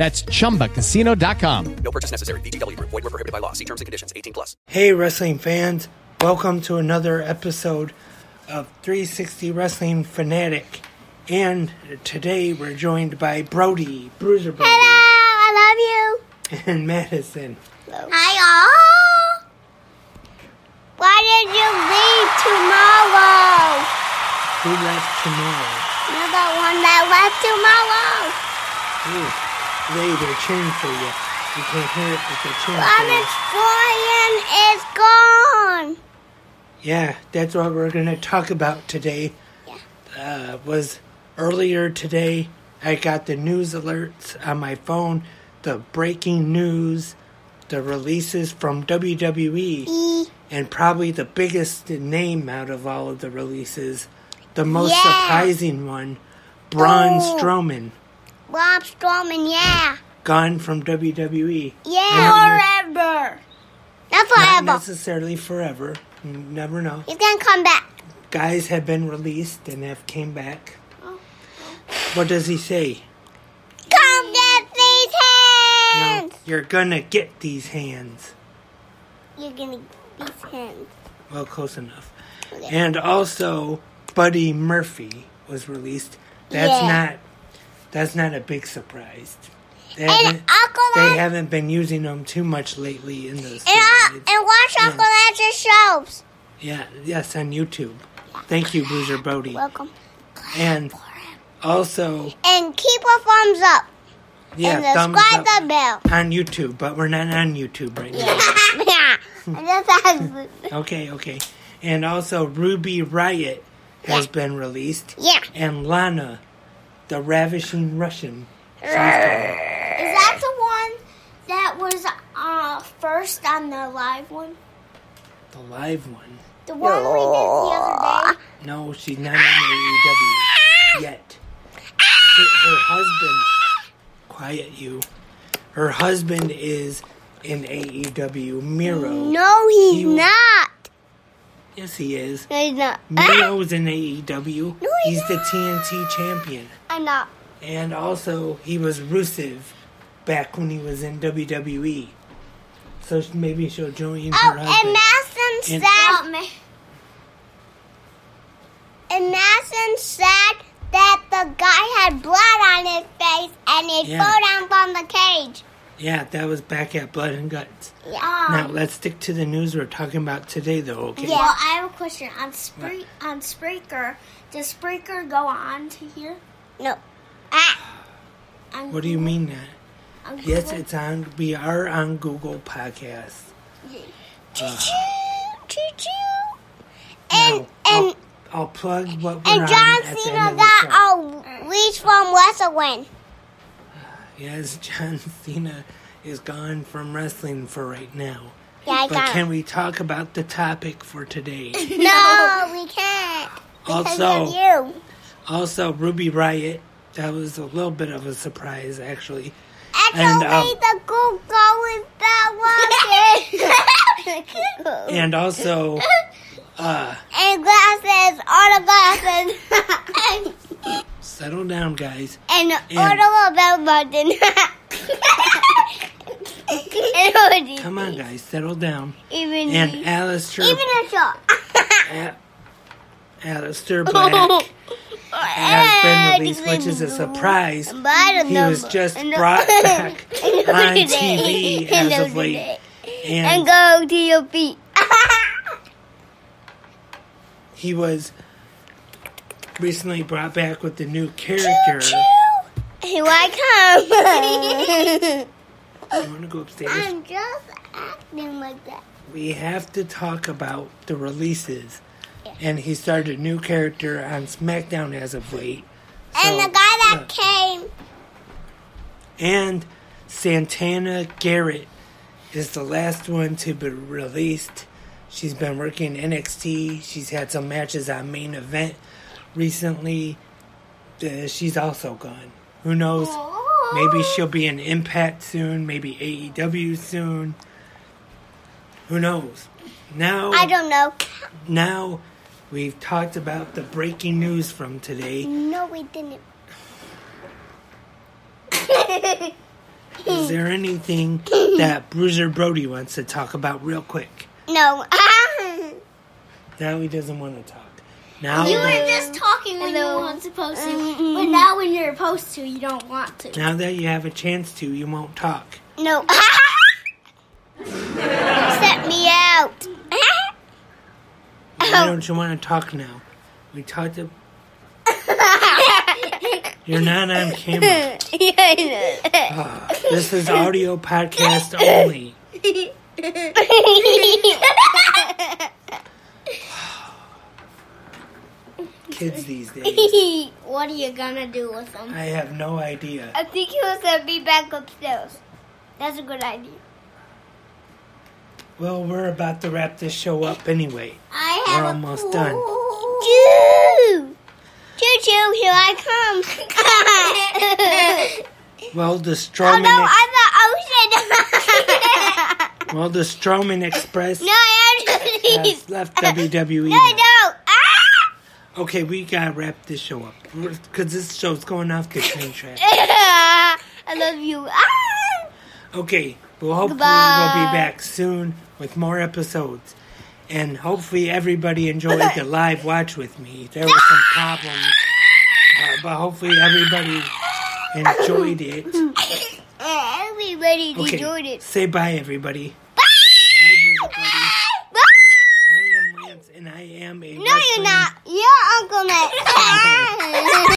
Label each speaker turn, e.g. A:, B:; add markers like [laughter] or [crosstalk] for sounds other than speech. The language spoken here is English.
A: That's ChumbaCasino.com.
B: No purchase necessary. VGW Group. Void were prohibited by law. See terms and conditions. 18 plus.
C: Hey, wrestling fans, welcome to another episode of 360 Wrestling Fanatic. And today we're joined by Brody, Bruiser Brody,
D: I love
C: and Madison.
D: you. Hi all. Why did you leave tomorrow?
C: Who left tomorrow?
D: You're the one that left tomorrow.
C: Ooh, they, they're cheering for you. You can't hear it, but they're cheering
D: What
C: for you.
D: is flying is gone.
C: Yeah, that's what we're going to talk about today. Uh, was earlier today I got the news alerts on my phone, the breaking news, the releases from WWE,
D: E.
C: and probably the biggest name out of all of the releases, the most
D: Yeah.
C: surprising one, Braun
D: Oh.
C: Strowman,
D: Rob Strowman, yeah.
C: gone from WWE.
D: Yeah.
E: Forever.
C: Not
D: Not forever.
C: necessarily forever. You never know.
D: He's gonna come back.
C: guys have been released and have came back.
D: Oh.
C: What does he say?
D: Come get these hands.
C: You're gonna get these hands.
D: You're gonna get these hands.
C: Well, close enough. And also, Buddy Murphy was released. That's
D: Yeah.
C: not. That's not a big surprise. They
D: And
C: haven't, they
D: Aqualad
C: haven't been using them too much lately in the.
D: and, uh,
C: steroids.
D: and watch Aqualad's shows.
C: Yeah. Yes, on YouTube. Thank you, Bruiser Bodie.
D: Welcome.
C: And also,
D: And keep a thumbs up.
C: yeah,
D: and
C: thumbs
D: subscribe
C: up
D: the bell. [laughs]
C: on YouTube. But we're not on YouTube right now.
D: yeah. I just have-
C: Okay, okay. And also, Ruby Riot has been released.
D: Yeah.
C: And Lana, the Ravishing Russian. She's back.
E: Is that the one that was uh, first on the live one?
C: the live one.
E: The one we did the other day?
C: No, she's not in AEW yet. Her, her husband, quiet you. Her husband is in AEW. Miro.
D: No, he's
C: He was-
D: not.
C: Yes, he is.
D: No, he's not.
C: Miro's in AEW.
D: No, he's
C: He's the
D: not.
C: TNT champion.
D: [laughs] I'm not.
C: And also, he was Rusev back when he was in WWE. So sh- maybe she'll join
D: Oh,
C: her
D: and
C: husband.
D: Madison
C: And-
D: said. And Madison said that the guy had blood on his face and he
C: Yeah.
D: fell down from the cage.
C: yeah, that was back at Blood and Guts.
D: Yeah.
C: Now, let's stick to the news we're talking about today, though, okay?
D: Um, Yeah.
E: Well, I have a question. On, Spre- on Spreaker, does Spreaker go on to here?
D: No. Ah.
E: On
C: What do you
E: Google?
C: mean that?
E: On
C: Yes,
E: Google?
C: it's on. We are on Google Podcasts. Ah.
D: Choo choo. Choo choo. And, and,
C: I'll, I'll plug what we're
D: and
C: on
D: John
C: at the end
D: Cena
C: of the
D: got
C: show.
D: a leash
C: [laughs]
D: from WrestleWin.
C: Yes, [laughs] John Cena is gone from wrestling for right now.
D: Yeah, I
C: But
D: got
C: can we talk about the topic for
D: [laughs]
C: today?
D: No, we can't. Because
C: also,
D: of you.
C: Also, Ruby Riot. That was a little bit of a surprise, actually.
D: Actually,
C: And, um,
D: the Google is not
C: [laughs]
D: working.
C: And also,
D: [laughs]
C: uh,
D: and glasses, all the glasses. [laughs]
C: [laughs] settle down, guys.
D: and all
C: And-
D: the bell button. [laughs] And all these
C: Come on,
D: things.
C: guys, settle down.
D: Even
C: And
D: these.
C: Alistair,
D: even a shot.
C: [laughs] A- Alistair
D: [laughs]
C: Black has been released, which is a surprise.
D: But I don't
C: He
D: know. [laughs]
C: was just
D: And-
C: brought back
D: And
C: on
D: today.
C: TV
D: [laughs] And
C: as of
D: today.
C: late. and,
D: and go to your feet.
C: he was recently brought back with the new
D: [laughs]
C: character.
D: Here I
C: [laughs]
D: come. [laughs]
C: You want to go upstairs?
D: I'm just acting like that.
C: We have to talk about the releases. And he started a new character on SmackDown as of late.
D: And the guy
C: So,
D: that
C: look.
D: came,
C: And Santana Garrett is the last one to be released. She's been working in NXT. She's had some matches on main event recently. Uh, she's also gone. Who knows? Maybe
D: Oh.
C: she'll be in Impact soon. Maybe AEW soon. Who knows? Now,
D: I don't know.
C: now we've talked about the breaking news from today.
D: No, we didn't.
C: Is there anything that Bruiser Brody wants to talk about real quick?
D: No. [laughs]
C: Now he doesn't want to talk. Now,
E: You were
C: that,
E: just talking when
D: Hello.
E: you weren't supposed to, but now when you're supposed to, you don't want to.
C: now that you have a chance to, you won't talk.
D: no. [laughs] Set me out. [laughs]
C: Why don't you want to talk now? We talked. ab- You're not on camera. This is audio podcast only. Kids these days.
E: What are you gonna do with them?
C: I have no idea.
D: I think he was gonna be back upstairs. That's a good idea.
C: Well, we're about to wrap this show up anyway.
D: I
C: We're almost done.
D: Choo! Choo choo, here I come. [laughs]
C: Well, the
D: oh
C: Strowman.
D: no,
C: ex-
D: I'm the ocean.
C: well, the Strowman Express
D: [laughs] no, I am [laughs]
C: has left WWE.
D: No, I
C: now.
D: don't.
C: Okay, we gotta wrap this show up because this show's going off the train
D: [laughs]
C: track.
D: Ah! I love you. Ah!
C: Okay, well, hopefully we'll
D: Goodbye.
C: be back soon with more episodes, and hopefully everybody enjoyed
D: [laughs]
C: the live watch with me. There were some problems, uh, but hopefully everybody enjoyed
D: [laughs]
C: it.
D: Eh, Everybody enjoyed
C: Okay,
D: it.
C: say bye, everybody. Bye, everybody. I am Lance, and I am a
D: Ah! No, you're not. You're Uncle [laughs] Nate.